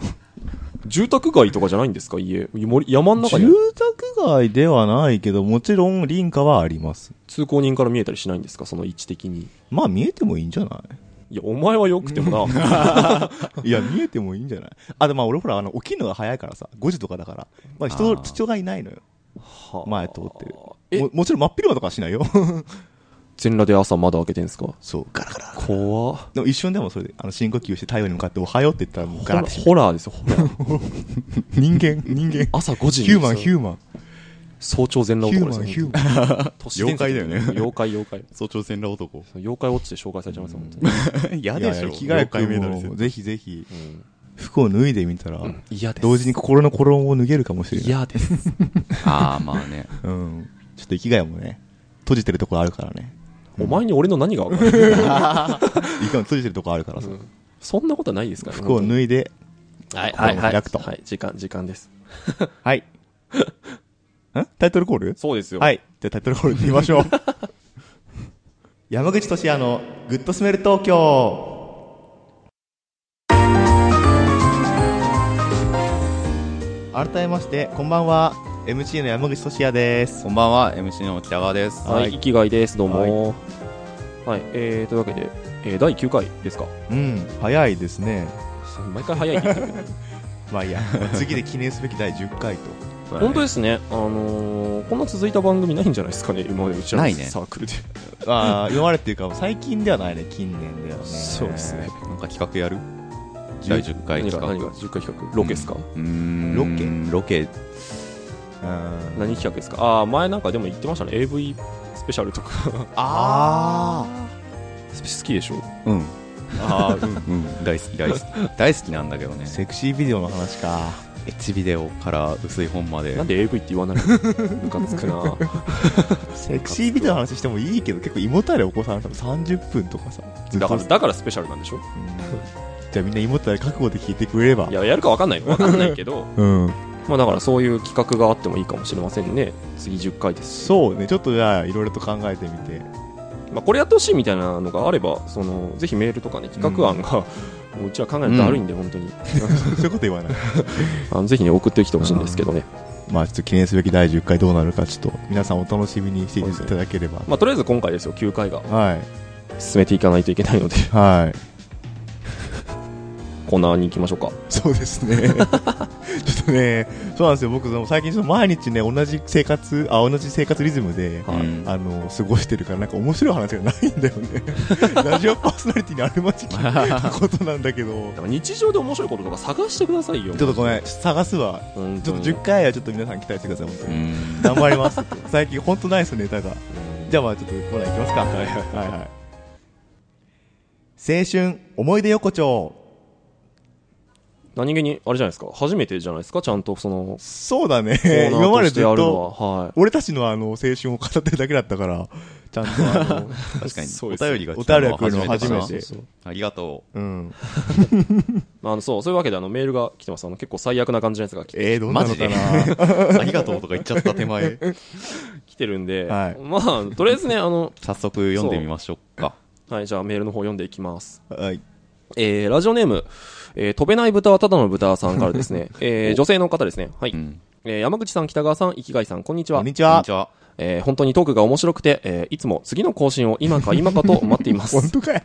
Speaker 1: 住宅街とかじゃないんですか家。森山の中
Speaker 3: 住
Speaker 1: に
Speaker 3: 宅街ではないけど、もちろん林家はあります。
Speaker 1: 通行人から見えたりしないんですかその位置的に。
Speaker 3: まあ見えてもいいんじゃない
Speaker 1: いや、お前は良くてもな。
Speaker 3: いや、見えてもいいんじゃないあ、でもまあ俺ほら、あの、起きるのが早いからさ、5時とかだから。まあ人、
Speaker 2: あー
Speaker 3: 人がいないのよ。
Speaker 1: はあ
Speaker 3: 前通ってる。
Speaker 1: え
Speaker 3: も、もちろん真っ昼間とかはしないよ。
Speaker 1: 全裸で朝窓開けてんすか
Speaker 3: そう、ガラガラ。
Speaker 1: 怖っ
Speaker 3: でも一瞬でもそれで、あの、深呼吸して太陽に向かって、おはようって言ったらもう
Speaker 1: ホ
Speaker 3: ガラ
Speaker 1: ラ
Speaker 3: って
Speaker 1: ホラーですよ、ホラ ー。
Speaker 3: 人間、人間。
Speaker 1: 朝5時に。
Speaker 3: ヒューマン、ヒューマン。
Speaker 1: 早朝全
Speaker 3: ヒュ
Speaker 1: 裸男
Speaker 3: ーマン、
Speaker 1: です
Speaker 3: ヒュ
Speaker 1: よ。
Speaker 3: ーマン。
Speaker 1: 都市伝説
Speaker 2: 妖怪だよね
Speaker 1: 妖怪、妖怪。
Speaker 2: 早朝戦ら男。
Speaker 1: その妖怪ウォッチで紹介されちゃいますよ、本当に。
Speaker 2: 嫌
Speaker 3: い
Speaker 2: で
Speaker 3: やい
Speaker 2: し
Speaker 3: や
Speaker 2: ょ。
Speaker 3: 着替え
Speaker 2: 妖怪メダル
Speaker 3: 君もぜひぜひ、
Speaker 1: うん
Speaker 3: 服を脱いでみたら、
Speaker 1: 嫌です。
Speaker 3: 同時に心の衣を脱げるかもしれない。
Speaker 1: 嫌です。
Speaker 2: ああ、まあね。
Speaker 3: うん。ちょっと生きがいもね、閉じてるとこあるからね。
Speaker 1: お前に俺の何が分かる
Speaker 3: 生きがいも閉じてるとこあるからさ。
Speaker 1: そんなことはないですからね
Speaker 3: 服を脱いで、
Speaker 1: はい、
Speaker 3: 心
Speaker 1: は
Speaker 3: を
Speaker 1: い、はい。
Speaker 3: 開くと
Speaker 1: はい、時間、時間です。
Speaker 3: はい。ん タイトルコール
Speaker 1: そうですよ。
Speaker 3: はい。じゃあタイトルコールいきましょう。山口俊也のグッドスメル東京。改めまして、こんばんは。MC の山口俊也です。
Speaker 2: こんばんは、MC の北川です。
Speaker 1: はい、
Speaker 3: はい
Speaker 1: 生きがいです、どうも。はい、えー、というわけで、えー、第9回ですか。
Speaker 3: うん、早いですね。
Speaker 1: 毎回早いって言ってるけど
Speaker 3: まあいいや、次で記念すべき第10回と。
Speaker 1: 本当ですね、あのー、こんな続いた番組ないんじゃないですかね、今までうちら
Speaker 2: な
Speaker 1: の
Speaker 2: いね
Speaker 1: サークルで。
Speaker 3: ああ、今までっていうか、最近ではないね、近年では ね。
Speaker 1: そうですね。
Speaker 2: なんか企画やる第10回
Speaker 1: 何が、
Speaker 2: 企
Speaker 1: 何が、
Speaker 2: 画。
Speaker 1: 10回企画、ロケですか、
Speaker 2: うーん。ロ
Speaker 3: ロケ
Speaker 2: ケ。
Speaker 3: うん。
Speaker 1: 何企画ですかああ、前なんかでも言ってましたね、AV スペシャルとか。
Speaker 3: ああ。
Speaker 1: スペ好きでしょ
Speaker 2: うん。
Speaker 3: ああ、
Speaker 2: うん。大好き、大 好き。大好きなんだけどね。
Speaker 3: セクシービデオの話か。
Speaker 2: エッチビデオから薄い本まで
Speaker 1: なん。で AV って言わないのムカつくな
Speaker 3: セクシービデオの話してもいいけど、結構胃もたれ起こされたの30分とかさ。ずっ
Speaker 1: だ
Speaker 3: と
Speaker 1: から、だからスペシャルなんでしょ
Speaker 3: じゃあみんな胃もたれ覚悟で聞いてくれれば
Speaker 1: い。や、やるかわかんないわかんないけど、
Speaker 3: うん。
Speaker 1: まあだからそういう企画があってもいいかもしれませんね。次10回ですし。
Speaker 3: そうね、ちょっとじゃあいろいろと考えてみて。
Speaker 1: まあこれやってほしいみたいなのがあれば、その、ぜひメールとかね、企画案が、もううちは考えるとだるいんで、本当に。
Speaker 3: そういうこと言わない。
Speaker 1: あのぜひね、送ってきてほしいんですけどね。
Speaker 3: まあちょっと記念すべき第10回どうなるか、ちょっと皆さんお楽しみにしていただければ。
Speaker 1: まあとりあえず今回ですよ、9回が
Speaker 3: はい。
Speaker 1: 進めていかないといけないので、
Speaker 3: はい。
Speaker 1: コーナーに行きましょうか。
Speaker 3: そうですね。 ちょっとね、そうなんですよ。僕、その最近ちょっと毎日ね、同じ生活、あ、同じ生活リズムで、
Speaker 1: はい
Speaker 2: うん
Speaker 3: あの、過ごしてるから、なんか面白い話がないんだよ ね。ラジオパーソナリティにあるまじきことなんだけど
Speaker 1: だ。から日常で面白いこととか探してくださいよ。
Speaker 3: ちょっとごめん、探すわ。
Speaker 1: 本
Speaker 3: ち
Speaker 1: 当
Speaker 3: ょっ
Speaker 1: に
Speaker 3: と10回はちょっと皆さん期待してください、本当
Speaker 2: う
Speaker 3: に。
Speaker 2: ん
Speaker 3: 頑張ります。最近本当ないですネタが。じゃあまあちょっとコーナーいきますか。はいはい。青春思い出横丁。
Speaker 1: 何気に、あれじゃないですか。初めてじゃないですか。ちゃんとその、
Speaker 3: そうだね。
Speaker 1: コーナ
Speaker 3: 今
Speaker 1: ー
Speaker 3: ま
Speaker 1: と
Speaker 3: で
Speaker 1: して
Speaker 3: ずっ
Speaker 1: やる
Speaker 3: と
Speaker 1: の。は。 はい。
Speaker 3: 俺たちのあの青春を語ってるだけだったから、ちゃんと あの、
Speaker 2: 確かに
Speaker 1: そう
Speaker 2: お
Speaker 1: です
Speaker 2: 便りが
Speaker 3: お
Speaker 2: 来た
Speaker 3: 便り
Speaker 2: の
Speaker 3: が
Speaker 2: は
Speaker 3: 来るの初
Speaker 2: だ
Speaker 3: め
Speaker 2: な
Speaker 1: そう
Speaker 3: て。
Speaker 1: そうそう
Speaker 2: ありがと
Speaker 3: うん。
Speaker 1: まああの、そう、そういうわけで、あの、メールが来てます。あの、結構最悪な感じのやつが来て
Speaker 3: えー、どんなのかな
Speaker 2: うありがとうとか言っちゃった手前
Speaker 1: 来てるんで、
Speaker 3: はい
Speaker 1: まあ、とりあえずね、あの、
Speaker 2: 早速読んでみましょうか
Speaker 1: はい、じゃあメールの方読んでいきます。
Speaker 3: はい。
Speaker 1: えーラジオネーム、えー飛べない豚はただの豚さんからです ね、えー女性の方ですね。はい。
Speaker 2: うん
Speaker 1: えー山口さん、北川さん、生きがいさん、こんにち
Speaker 3: こ
Speaker 1: は
Speaker 3: ん。にち
Speaker 2: こん
Speaker 3: は
Speaker 2: にち。は
Speaker 1: えー本当にトークが面白くて、えーいつも次の更新を今 か今かと待っています。
Speaker 3: 本当かい
Speaker 1: は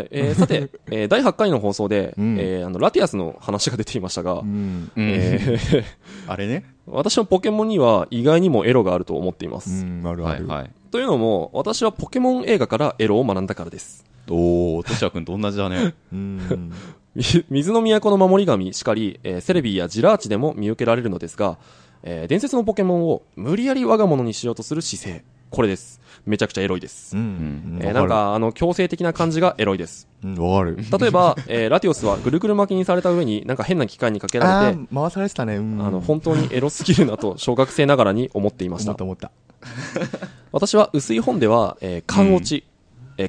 Speaker 1: い。えーさて、えー第8回の放送で、
Speaker 3: うん
Speaker 1: えーあの、ラティアスの話が出ていましたが、
Speaker 3: うん。
Speaker 2: うん
Speaker 1: えー
Speaker 2: あれね
Speaker 1: 私のポケモンには意外にもエロがあると思っていま
Speaker 3: う
Speaker 1: す。
Speaker 3: ん、あるあ
Speaker 2: はい
Speaker 3: る。
Speaker 2: はい
Speaker 1: というのも、私はポケモン映画からエロを学んだからです。
Speaker 2: おおとしゃくんと同じだね
Speaker 3: うん。
Speaker 1: み 水の都の守り神しかり、えーセレビーやジラーチでも見受けられるのですが、えー伝説のポケモンを無理やり我が物にしようとする姿勢。これです。めちゃくちゃエロいです。
Speaker 3: う
Speaker 2: うん
Speaker 3: ん。
Speaker 1: えーなん
Speaker 3: わ
Speaker 1: か、あの、強制的な感じがエロいです。
Speaker 3: る、うんわかる。
Speaker 1: 例え ば、えーラティオスはぐるぐる巻きにされた上になんか変な機械にかけら
Speaker 3: あ
Speaker 1: れて、
Speaker 3: ー回されてたね。うん。
Speaker 1: あの、本当にエロすぎるなと小学生ながらに思っていまし
Speaker 3: 思ったた。思った。
Speaker 1: 私は薄い本では、えー、缶落ち、えー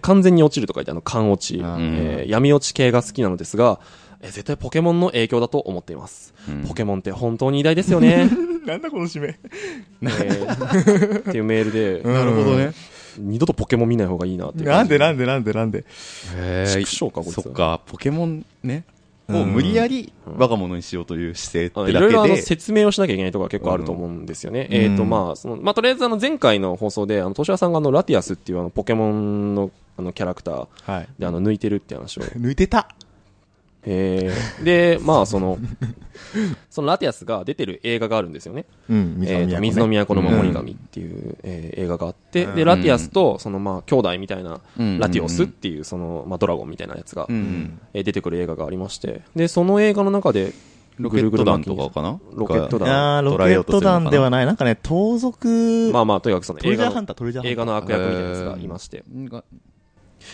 Speaker 1: 完全に落ちると書いてあの、缶落ち、え
Speaker 3: うん
Speaker 1: ー闇落ち系が好きなのですが、えー絶対ポケモンの影響だと思っています。
Speaker 2: うん
Speaker 1: ポケモンって本当に偉大ですよ ね。
Speaker 3: なんだこの締め。
Speaker 1: え ーっていうメールで、
Speaker 3: なるほどね。
Speaker 1: 二度とポケモン見ない方がいいなっていう。
Speaker 3: なんでなん
Speaker 1: で
Speaker 3: でなんでなんで。
Speaker 2: へ
Speaker 1: 縮
Speaker 2: ー
Speaker 1: 小かこいつ
Speaker 2: そっかポケモンねを無理やり我が物にしようという姿勢っ
Speaker 1: あのい
Speaker 2: てだ
Speaker 1: ろいろあ
Speaker 2: け
Speaker 1: の
Speaker 2: で
Speaker 1: 説明をしなきゃいけないところが結構あると思うんですよね。
Speaker 3: うん
Speaker 1: えっ、と、
Speaker 3: うん
Speaker 1: まあ、その、まあ、とりあえずあの前回の放送で、あの、としさんがあの、ラティアスっていうあの、ポケモンのあの、キャラクター
Speaker 3: はい。
Speaker 1: であの、抜いてるって 話を
Speaker 3: 抜いてた。
Speaker 1: えー、で、まあ、その、そのラティアスが出てる映画があるんですよね。
Speaker 3: うん、
Speaker 1: えーと水の
Speaker 3: ね
Speaker 1: 都の守り神っていう、えー映画があって、で、ラティアスと、その、まあ、兄弟みたいな、
Speaker 2: うん
Speaker 1: ラティオスっていう、その、まあ、ドラゴンみたいなやつが、
Speaker 2: うん
Speaker 1: えー出てくる映画がありまして、で、その映画の中で、
Speaker 2: ロケット弾と
Speaker 1: ぐるぐる巻
Speaker 2: かかな
Speaker 1: ロケット弾
Speaker 3: あーロケット弾ではない。なんかね、盗賊
Speaker 1: き、まあまあ、とにかくその
Speaker 3: ト
Speaker 1: 映
Speaker 3: レジャ
Speaker 1: 画
Speaker 3: ーハン
Speaker 1: の、
Speaker 3: ター、トレジャーハンター。
Speaker 1: 映画の悪役みたいなやつがいまして、
Speaker 2: が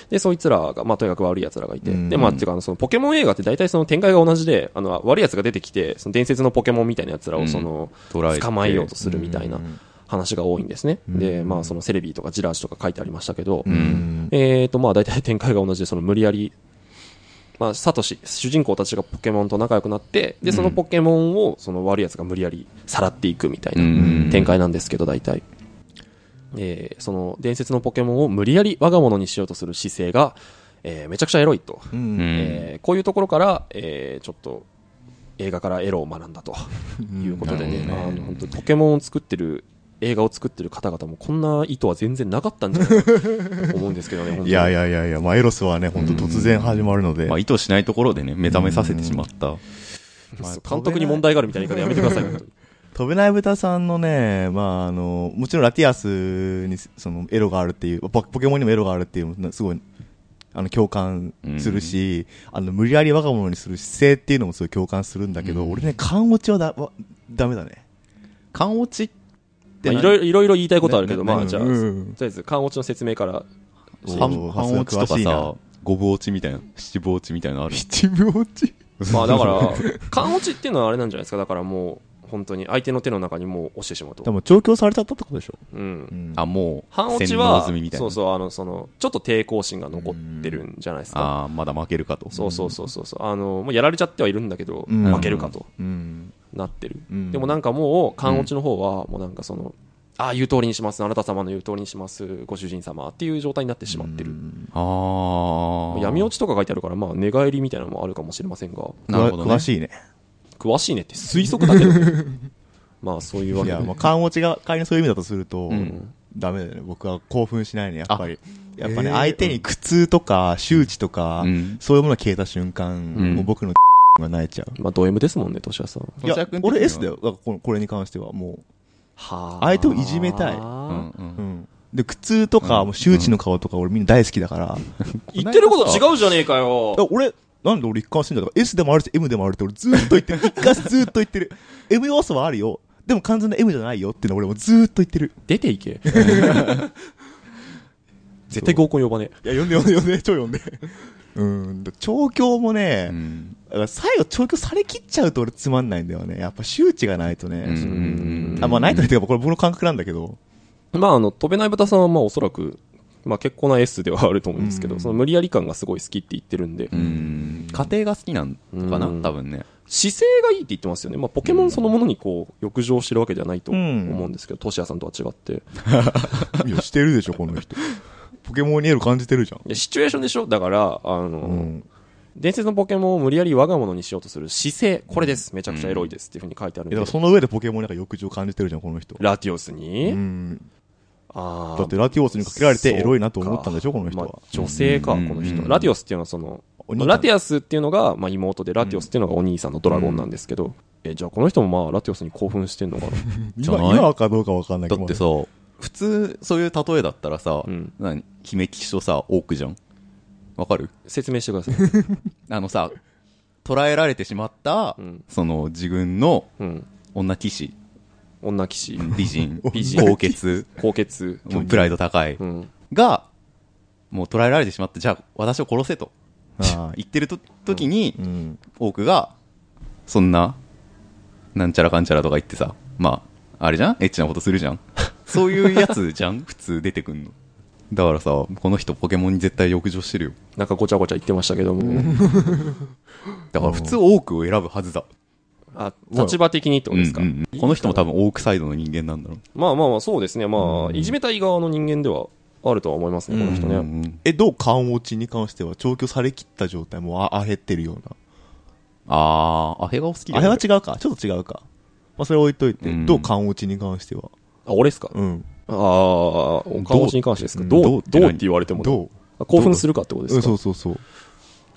Speaker 1: で、そいつらが、まあ、とにかく悪い奴らがいて、
Speaker 3: うん
Speaker 1: で、まあ、っていうか、あの、その、ポケモン映画って大体その展開が同じで、あの、悪い奴が出てきて、その伝説のポケモンみたいな奴らを、その、
Speaker 2: 捕らえて
Speaker 1: 捕まえようとするみたいな
Speaker 3: うん
Speaker 1: 話が多いんですね。
Speaker 3: うん
Speaker 1: で、まあ、そのセレビーとかジラージとか書いてありましたけど、
Speaker 2: うん
Speaker 1: えーと、まあ、大体展開が同じで、その無理やり、まあ、サトシ、主人公たちがポケモンと仲良くなって、で、そのポケモンを、その悪い奴が無理やりさらっていくみたいな展開なんですけど、大体。えーその伝説のポケモンを無理やり我が物にしようとする姿勢が、えーめちゃくちゃエロいと。
Speaker 3: う
Speaker 2: うんん
Speaker 1: えーこういうところから、えーちょっと映画からエロを学んだということでね,、
Speaker 2: うんなるほど
Speaker 1: あ
Speaker 2: ね
Speaker 1: の本当にポケモンを作ってる映画を作ってる方々もこんな意図は全然なかったんじゃないかと思うんですけどね本当に
Speaker 3: いやいやいやいや、まあ、エロスはね、本当突然始まるので。
Speaker 2: まあ意図しないところでね目覚めさせてしまった
Speaker 1: まあ監督に問題があるみたいな言い方やめてください本当に
Speaker 3: 飛べない豚さんのね、まあ、あの、もちろんラティアスに、その、エロがあるっていう、ポポケモンにもエロがあるっていうの、すごい、あの、共感するし、あの、無理やり我が物にする姿勢っていうのもすごい共感するんだけど、
Speaker 2: うん
Speaker 3: 俺ね、勘落ちはだ、わダメだね。
Speaker 2: 缶落ちって
Speaker 1: まあ
Speaker 2: 何
Speaker 1: いろいろいろいろ言いたいことはあるけど、
Speaker 3: な
Speaker 1: まあじゃあ、
Speaker 3: うん
Speaker 1: とりあえず缶落ちの説明から
Speaker 2: 半半落ちとか
Speaker 3: 詳しいな
Speaker 2: さ、五分落ちみたいな、七分落ちみたいなのある。
Speaker 3: 七分落ち。
Speaker 1: まあだから缶落ちっていうのはあれなんじゃないですかだからもう本当に相手の手の中にもう落ちてしまう
Speaker 3: で
Speaker 1: と、
Speaker 3: も、調教されちゃったってことでしょ。
Speaker 1: うん、
Speaker 2: あ、もう、
Speaker 1: 半落ち
Speaker 2: 洗脳
Speaker 1: は
Speaker 2: 済みみたいな。
Speaker 1: そうそうあのそのちょっと抵抗心が残ってるんじゃないですか
Speaker 2: ああ、まだ負けるかと。
Speaker 1: そうそうそうそうそうあのもうやられちゃってはいるんだけど、
Speaker 3: うん
Speaker 1: 負けるかと
Speaker 3: うん。
Speaker 1: なってる、
Speaker 3: うん
Speaker 1: でもなんかもう缶落ちの方はもうなんかその、ああ言う通りにしますあなた様の言う通りにしますご主人様っていう状態になってしまってる、
Speaker 2: ああ。
Speaker 1: 闇
Speaker 2: ち。
Speaker 1: 落ちとか書いてあるからまあ寝返りみたいなのもあるかもしれませんが
Speaker 2: なるほどね
Speaker 3: 詳しいね。
Speaker 1: 詳しいねって推測だけど まあそういうわ
Speaker 3: い
Speaker 1: け
Speaker 3: や、
Speaker 1: で
Speaker 3: まあ、勘落ちが仮にそういう意味だとすると、
Speaker 2: うん
Speaker 3: ダメだよね。僕は興奮しないね、やっぱり。やっぱね、
Speaker 1: えー
Speaker 3: 相手に苦痛とか周知とか、
Speaker 2: うん
Speaker 3: そういうものが消えた瞬間、
Speaker 2: うん
Speaker 3: もう僕の が泣いちゃう。
Speaker 1: まあ、ド M ですもんね、としやさん。
Speaker 3: いや
Speaker 2: 俊哉君的に、は
Speaker 3: 俺 S だよ。だからこのこれに関してはも
Speaker 1: は
Speaker 3: 相手をいじめたい
Speaker 2: うん
Speaker 1: 言
Speaker 3: う。うん。で、苦痛とか、
Speaker 2: うん
Speaker 3: もう周知の顔とか俺みんな大好きだから。
Speaker 1: ってること違うじゃねえかよ
Speaker 3: いや。俺、なんで俺一貫してんだから S でもあるし M でもあるって俺ずーっと言ってる。一貫してずーっと言ってる。M 要素はあるよ。でも完全な M じゃないよっていうの俺もずーっと言ってる。
Speaker 1: 出ていけ。 絶対合コン呼ばねえ。
Speaker 3: いや、読んで読んで 読んで、超読んで。うん。調教もね、
Speaker 2: うん
Speaker 3: だから最後調教されきっちゃうと俺つまんないんだよね。やっぱ周知がないとね。
Speaker 2: うんうん
Speaker 3: あ、まあないとね、てかこれ僕の感覚なんだ けど。
Speaker 1: まあ、あの、飛べない豚さんは、まあ、おそらく、まあ、結構な S ではあると思うんですけど、
Speaker 3: うん
Speaker 1: その無理やり感がすごい好きって言ってるんで、
Speaker 2: うん家庭が好きなんかな
Speaker 1: うん
Speaker 2: 多分ね。
Speaker 1: 姿勢がいいって言ってますよね。まあ、ポケモンそのものにこう、浴場してるわけではないと
Speaker 3: う
Speaker 1: 思
Speaker 3: ん
Speaker 1: うんですけど、トシヤさんとは違って。
Speaker 3: いや、してるでしょ、この人。ポケモンにエロ感じてるじゃん。
Speaker 1: いやシチュエーションでしょだから、あの、
Speaker 3: うん。
Speaker 1: 伝説のポケモンを無理やり我が物にしようとする姿勢、これです。めちゃくちゃエロいです。っていうふうに書いてあるん
Speaker 3: いや、だ
Speaker 1: で
Speaker 3: から。その上でポケモンなんか欲情感じてるじゃん、この人。
Speaker 1: ラティオス
Speaker 3: う
Speaker 1: に、
Speaker 3: ん。
Speaker 1: あ
Speaker 3: だ
Speaker 1: あ
Speaker 3: ってラティオスにかけられてエロいなと思ったんでしょ、この人
Speaker 1: ま
Speaker 3: は
Speaker 1: あ。女性か、こ
Speaker 2: うん
Speaker 1: の
Speaker 2: う
Speaker 1: 人。
Speaker 2: ん
Speaker 1: ラティオスっていうのはその、
Speaker 3: お兄
Speaker 1: ま
Speaker 3: さ
Speaker 1: あ
Speaker 3: ん
Speaker 1: ラティアスっていうのが、まあ、妹で、ラティオスっていうのがお兄さんのドラゴンなんですけど、え、じゃあこの人もまあ、ラティオスに興奮してんのかな
Speaker 2: じゃ
Speaker 3: 今、
Speaker 2: ない
Speaker 3: 今かどうかわかんない
Speaker 2: だ
Speaker 3: け
Speaker 2: っ
Speaker 3: ど。
Speaker 2: てさ、普通、そういう例えだったらさ
Speaker 1: うん、
Speaker 2: 何姫騎士とさ、オークじゃん。わかる
Speaker 1: 説明してください。
Speaker 2: あのさ、捉えられてしまった
Speaker 1: うん、
Speaker 2: その自分の
Speaker 1: うん。
Speaker 2: 女騎士、
Speaker 1: 女騎士、
Speaker 2: 美人、
Speaker 1: 美人
Speaker 2: 高潔、
Speaker 1: 高血、
Speaker 2: もうプライド高い、
Speaker 1: うん。
Speaker 2: が、もう捉えられてしまって、じゃあ私を殺せと
Speaker 3: あー
Speaker 2: 言ってると時に
Speaker 3: う、ん。
Speaker 2: 多くが、そんな、なんちゃらかんちゃらとか言ってさ、まあ、あれじゃんエッチなことするじゃんそういうやつじゃん普通出てくんの。だからさ、この人ポケモンに絶対浴場してるよ。
Speaker 1: なんかごちゃごちゃ言ってましたけども、
Speaker 2: だから普通多くを選ぶはずだ。
Speaker 1: あ、立場的にってことですか。
Speaker 2: うんうんうんこの人も多分多くサイドの人間なんだろう。
Speaker 1: まあまあまあ、そうですね。まあ、いじめたい側の人間ではあるとは思いますね、この人
Speaker 2: う
Speaker 1: ね。
Speaker 2: んうん
Speaker 3: え、どう感落ちに関しては、調教されきった状態、もうあ、あへってるような。
Speaker 2: あー、アヘがお好きだよ
Speaker 3: あれは違うかちょっと違うか。まあ、それ置いといて、
Speaker 2: うん
Speaker 3: どう感落ちに関しては。
Speaker 1: あ、俺ですか
Speaker 3: うん。
Speaker 1: ああ、お顔しに関してですかどう、ど
Speaker 2: どう
Speaker 1: う
Speaker 2: どう
Speaker 1: って言われても。
Speaker 3: どう
Speaker 1: あ興奮するかってことで
Speaker 3: うん
Speaker 1: す
Speaker 3: そ
Speaker 1: か
Speaker 3: うそうそう。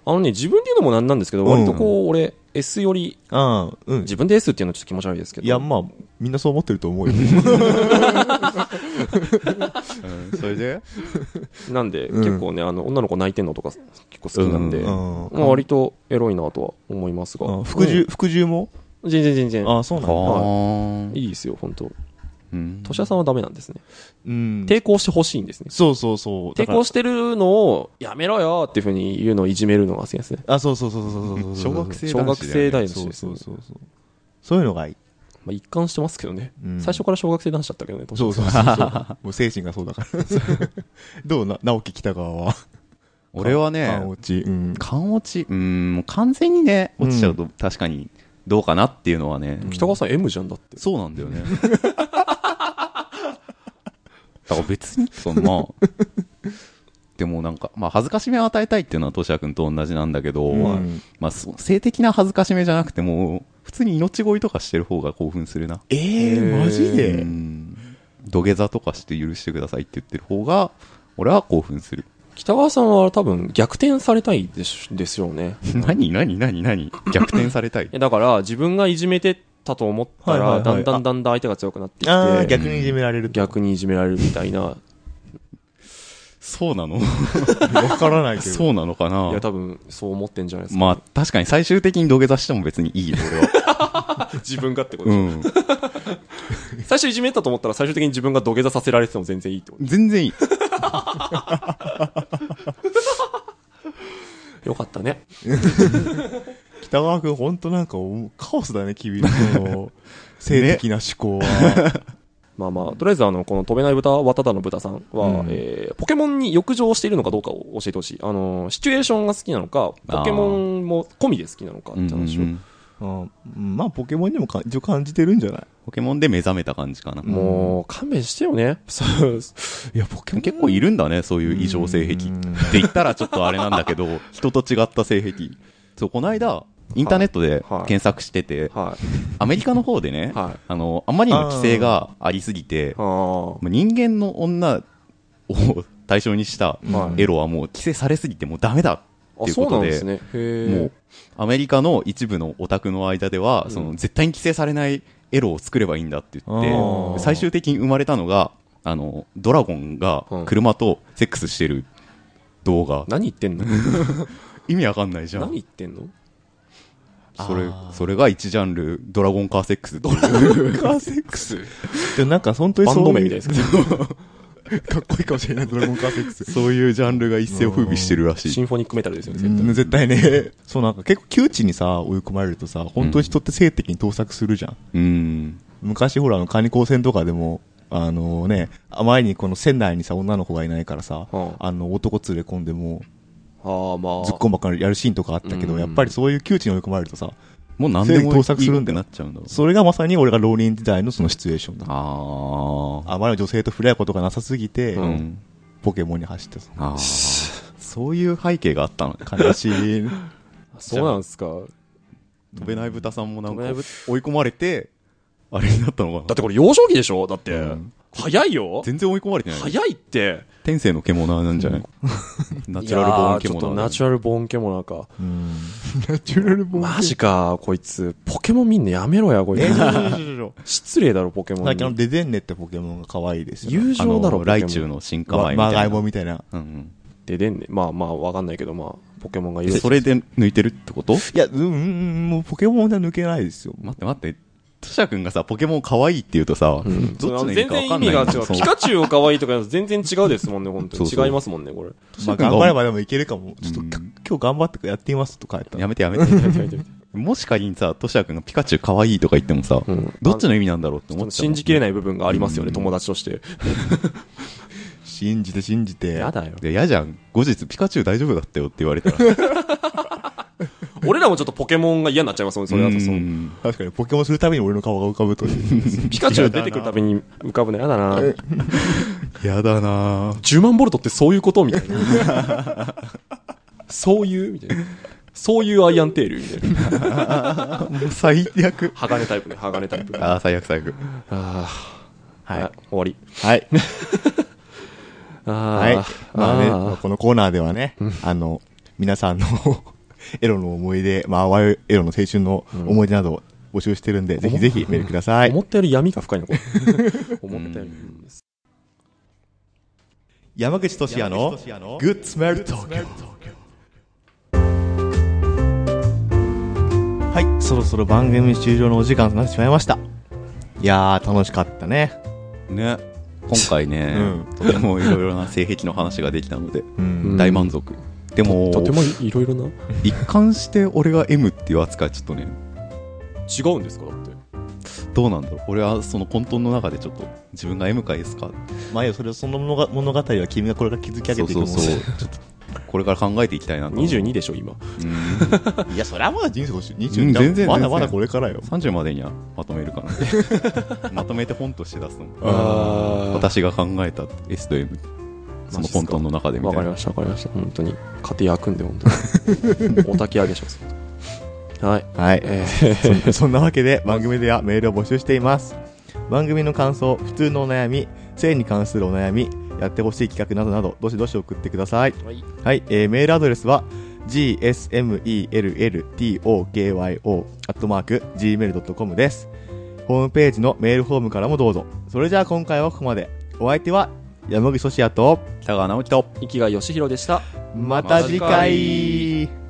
Speaker 1: あのね、自分で言うのもなんなんですけど、
Speaker 3: うん
Speaker 1: 割とこう、俺、S より、
Speaker 3: ああ、うん。
Speaker 1: 自分で S っていうのはちょっと気持ち悪いですけど。
Speaker 3: いや、まあ、みんなそう思ってると思うよ。
Speaker 2: うんそれで
Speaker 1: なんで、
Speaker 3: うん
Speaker 1: 結構ね、あの、女の子泣いてんのとか結構好きなんで、
Speaker 2: うん
Speaker 1: まあ割とエロいなとは思いますが。
Speaker 3: あ服従、服従も
Speaker 1: うん全然全然。
Speaker 3: ああ、そうなんだ。
Speaker 2: ー
Speaker 1: いいですよ、本当。
Speaker 2: うん
Speaker 1: トシヤさんはダメなんですね。
Speaker 3: うん。
Speaker 1: 抵抗してほしいんですね。
Speaker 3: そうそうそう。
Speaker 1: 抵
Speaker 3: だから
Speaker 1: 抗してるのを、やめろよっていうふうに言うのをいじめるのが好きですね。
Speaker 3: あ、そうそうそうそうそうそうそ
Speaker 2: 小
Speaker 3: う。
Speaker 2: 学生
Speaker 1: 小
Speaker 2: 男
Speaker 1: 学
Speaker 2: 子だ
Speaker 1: 生
Speaker 2: よね
Speaker 1: 男子
Speaker 3: そう
Speaker 1: です
Speaker 3: そ
Speaker 1: ね
Speaker 3: う。そうそう。そういうのがいい。
Speaker 1: まあ一貫してますけどね
Speaker 3: うん。
Speaker 1: 最初から小学生男子だったけどね、トシヤ
Speaker 3: そうそうそうそう。もう精神がそうだから。 どうな、直樹北川は。
Speaker 2: 俺は
Speaker 3: あ
Speaker 2: ね
Speaker 3: 落、ち。うん。
Speaker 2: 缶落ち、うん、もう完全にね、落ちちゃうと確かにどうかなっていうのはね、
Speaker 1: 北川さん M じゃんだって。
Speaker 2: そうなんだよね。 だから別に、そんな、でもなんか、まあ恥ずかしめを与えたいっていうのはトシヤ君と同じなんだけど、
Speaker 3: うん
Speaker 2: まあそう性的な恥ずかしめじゃなくても、普通に命乞いとかしてる方が興奮するな。
Speaker 3: ええ、マジ
Speaker 2: う
Speaker 3: で
Speaker 2: ん土下座とかして許してくださいって言ってる方が、俺は興奮する。
Speaker 1: 北川さんは多分逆転されたいでしですよね。
Speaker 2: 何何何何逆転されたい
Speaker 1: いや。だから自分がいじめてたと思った
Speaker 3: はいはいは
Speaker 1: ら、
Speaker 3: い
Speaker 1: だんだんだんだん相手が強くなってき
Speaker 3: ああ、
Speaker 1: て、
Speaker 3: 逆にいじめられると。
Speaker 1: 逆にいじめられるみたいな。
Speaker 2: そうなの
Speaker 3: わからないけど。
Speaker 2: そうなのかない
Speaker 1: や、多分そう思ってんじゃないですか。
Speaker 2: まあ確かに最終的に土下座しても別にいいよ、俺は。
Speaker 1: 自分がってこと
Speaker 2: う
Speaker 1: でしょ
Speaker 2: ん。
Speaker 1: 最初いじめたと思ったら最終的に自分が土下座させられてても全然いいってこ
Speaker 2: 全然いい。
Speaker 1: と。よかったね。
Speaker 3: 北川君、ほんとなんか、おカオスだね、君のその、性的な思考は。
Speaker 1: まあまあ、とりあえずあの、この飛べない豚、渡田の豚さんは、
Speaker 3: うん
Speaker 1: えーポケモンに浴場しているのかどうかを教えてほしい。あのー、シチュエーションが好きなのか、ポケモンも込みで好きなのかって話を。
Speaker 2: うん
Speaker 3: うんまあ、ポケモンにもか一応感じてるんじゃない
Speaker 2: ポケモンで目覚めた感じかな。
Speaker 1: もう、勘弁してよね。そう、
Speaker 3: いや、ポケモン
Speaker 2: 結構いるんだね、そういう異常性癖。
Speaker 3: う
Speaker 2: っ
Speaker 3: ん
Speaker 2: て言ったらちょっとあれなんだけ ど、人と違った性癖。そう、この間、インターネットで
Speaker 1: はい
Speaker 2: 検索してて、
Speaker 1: はい。
Speaker 2: アメリカの方でね、
Speaker 1: はい
Speaker 2: あの、あまりにも規制がありすぎて、
Speaker 1: あ
Speaker 2: もう人間の女を対象にした
Speaker 1: はい
Speaker 2: エロはもう規制されすぎてもうダメだって
Speaker 1: あ、
Speaker 2: いう
Speaker 1: そ
Speaker 2: こ
Speaker 1: うな
Speaker 2: と
Speaker 1: ん
Speaker 2: で
Speaker 1: ですね。へ
Speaker 2: も
Speaker 1: え
Speaker 2: う。アメリカの一部のオタクの間では、その絶対に規制されないエロを作ればいいんだって言
Speaker 3: あ
Speaker 2: って
Speaker 3: ー
Speaker 2: 最終的に生まれたのがあのドラゴンが
Speaker 1: うん
Speaker 2: 車とセックスしてる動画、
Speaker 1: 何言ってんの
Speaker 2: 意味わかんないじゃ
Speaker 1: 何
Speaker 2: ん
Speaker 1: 言ってんの
Speaker 2: それ
Speaker 3: あー
Speaker 2: それが一ジャンルドラゴンカーセックスドラゴンカーセックス
Speaker 3: でもなんか本当に
Speaker 1: バン
Speaker 3: そう
Speaker 1: ド
Speaker 3: いう
Speaker 1: 名みたいですけど。
Speaker 3: かっこいいかもしれない、ドラゴンカーセックス。
Speaker 2: そういうジャンルが一世を風靡してるらし
Speaker 1: シ
Speaker 2: い
Speaker 1: ンフォニックメタルですよね、
Speaker 3: う
Speaker 1: 絶対。
Speaker 3: ん絶対ね。そうなんか結構窮地にさ、追い込まれるとさ、本当に人って性的に盗作するじゃん。
Speaker 2: うん
Speaker 3: 昔ほら、あの、カニ高専とかでも、あのね、あまりにこの船内にさ、女の子がいないからさ、
Speaker 1: うん
Speaker 3: あの、男連れ込んでも
Speaker 1: ああ、ま
Speaker 3: う、
Speaker 1: あ。
Speaker 3: ずっこんばっかりやるシーンとかあったけど、
Speaker 1: うん
Speaker 3: やっぱりそういう窮地に追い込まれるとさ、
Speaker 2: もう何でも
Speaker 3: 盗作するん
Speaker 2: って
Speaker 3: だよ
Speaker 2: なっちゃうんだ
Speaker 3: それがまさに俺が浪人時代のそのシチュエーションだ。
Speaker 2: あ
Speaker 3: あまりに女性と触れ合うことがなさすぎて、
Speaker 2: あ
Speaker 1: うん
Speaker 2: うん
Speaker 3: ポケモンに走ってさ、
Speaker 2: あーそういう背景があったのね
Speaker 3: 悲 しい。
Speaker 1: そうなんですか。
Speaker 2: 飛べない豚さんもなん
Speaker 1: 飛
Speaker 2: か
Speaker 1: べないぶ
Speaker 2: 追い込まれて、あれになったの
Speaker 1: だ
Speaker 2: かな
Speaker 1: ってこれ幼少期でしょだって
Speaker 2: うん。
Speaker 1: 早いよ
Speaker 2: 全然追い込まれてない。
Speaker 1: 早いって。
Speaker 2: 天性の獣なんじゃないナチュラルボーン
Speaker 1: いやーちょっと
Speaker 2: 獣
Speaker 1: ナチュラルボーンケモナーか。
Speaker 3: うん。ナチュラルボ
Speaker 1: マジか、こいつ。ポケモン見んのやめろや、こいつ。 失礼だろ、ポケモ
Speaker 3: 最
Speaker 1: ン
Speaker 3: 近あの
Speaker 1: に。
Speaker 3: デデンネってポケモンが可愛いですよ
Speaker 1: 友
Speaker 2: あ
Speaker 3: ね。
Speaker 1: 情だろ、
Speaker 2: の、
Speaker 1: ポケ
Speaker 2: ライ
Speaker 1: モ
Speaker 2: チュウ
Speaker 1: ン。
Speaker 2: の進化
Speaker 3: ま
Speaker 2: 前みた
Speaker 3: マー
Speaker 2: い
Speaker 3: ガ
Speaker 2: な。
Speaker 3: イモみたいな。
Speaker 2: うんうん
Speaker 1: ででんね。まあまあ、わかんないけど、まあ、ポケモンがい
Speaker 2: え
Speaker 1: る。
Speaker 2: それで抜いてるってこと
Speaker 3: いや、うんうんうん、もうポケモンじゃ抜けないですよ。
Speaker 2: 待って待って。トシャ君がさ、ポケモン可愛いって言うとさ、
Speaker 1: うん
Speaker 2: どっちの意味
Speaker 1: 全
Speaker 2: か
Speaker 1: 然意
Speaker 2: 分かんない
Speaker 1: 味
Speaker 2: ん
Speaker 1: が
Speaker 2: だよ
Speaker 1: 違う。
Speaker 2: そう
Speaker 1: ピカチュウを可愛いとか全然違うですもんね、本当
Speaker 2: そうそう
Speaker 1: に。違いますもんね、これ。
Speaker 3: まあ、頑張ればでもいけるかも。ちょっと、
Speaker 2: うん
Speaker 3: か今日頑張ってやってみますとか言った
Speaker 2: や
Speaker 3: ら。
Speaker 2: めてやめて。
Speaker 1: う
Speaker 2: もし仮にさ、トシャ君がピカチュウ可愛いとか言ってもさ、
Speaker 1: ん
Speaker 2: どっちの意味なんだろうって思っちゃう。
Speaker 1: 信じきれ
Speaker 2: ない。
Speaker 1: ない部分がありますよね、
Speaker 2: うん
Speaker 1: 友達として。
Speaker 3: 信じて信じて。
Speaker 1: やだよ。
Speaker 2: で、嫌じゃん。後日、ピカチュウ大丈夫だったよって言われたら。
Speaker 1: 俺らもちょっとポケモンが嫌になっちゃいますもんね、それだとその。
Speaker 2: ん
Speaker 3: 確かに、ポケモンするために俺の顔が浮かぶと いう。
Speaker 1: ピカチュウ出てくるたびに浮かぶの嫌だな。
Speaker 2: やだなぁ
Speaker 1: 10万ボルトってそういうことみたいな。 そういうみたいな。そういうアイアンテールみたい な。
Speaker 2: もう最悪。
Speaker 1: 鋼タイプね、鋼タイプ。
Speaker 2: ああ、最悪最悪。
Speaker 1: あー
Speaker 3: はい。
Speaker 1: 終わり。
Speaker 3: はい。
Speaker 1: あ
Speaker 3: はい
Speaker 1: ーあ。
Speaker 3: まあね、まあ
Speaker 1: ー
Speaker 3: このコーナーではね、あの、皆さんの エロの思い出、まあ、あわよエロの青春の思い出などを募集してるんで、ぜひぜひメールください
Speaker 1: 思。ったより闇が 深いな、これ。思ってたより。
Speaker 3: 山口俊也のグッスメル東京はいそろそろ番組終了のお時間となってしまいましたいやー楽しかったね
Speaker 2: ね。今回ね、
Speaker 3: うん
Speaker 2: とてもいろいろな性癖の話ができたので、
Speaker 3: うん
Speaker 2: 大満足。でも、
Speaker 1: とてもいろいろな。
Speaker 2: 一貫して俺が M っていう扱いちょっとね、
Speaker 1: 違うんですかだって。
Speaker 2: どうなんだろう。俺はその混沌の中でちょっと、自分が M か S か、
Speaker 3: まあいいよそれその物が物語は君がこれから築き上げ
Speaker 2: そう
Speaker 3: ていく
Speaker 2: そ
Speaker 3: も
Speaker 2: うそう、ち ょっとこれから考えていきたいなと。
Speaker 1: 22でしょ、今。
Speaker 2: うん
Speaker 3: いやそれはまだ人生欲しい
Speaker 2: うん
Speaker 3: 22だ、
Speaker 2: 全然
Speaker 3: まだ
Speaker 2: 全然
Speaker 3: まだこれからよ
Speaker 2: 30までにはまとめるかな。 まとめて本として出すの。
Speaker 1: あ
Speaker 2: 私が考えた S と M、その混沌の中でみ
Speaker 1: わ
Speaker 2: た
Speaker 1: か
Speaker 2: い
Speaker 1: り
Speaker 2: な
Speaker 1: ま。した、わかりました。本当に。家庭焼くんで、本 当に。お焚き上げします。はい。
Speaker 3: はい、
Speaker 1: え
Speaker 3: そそんなわけで番組ではメールを募集しています番組の感想普通のお悩み性に関するお悩みやってほしい企画などなどどしどし送ってください
Speaker 1: ーはい。
Speaker 3: はい、えーメールアドレスは gsmelltokyo.gmail.com です。ホームページのメールフォームからもどうぞ。それじゃあ今回はここまで。お相手は山口俊也と、
Speaker 2: 北川直樹と、
Speaker 1: 生きがよしひろでした。
Speaker 3: また次
Speaker 1: また
Speaker 3: 回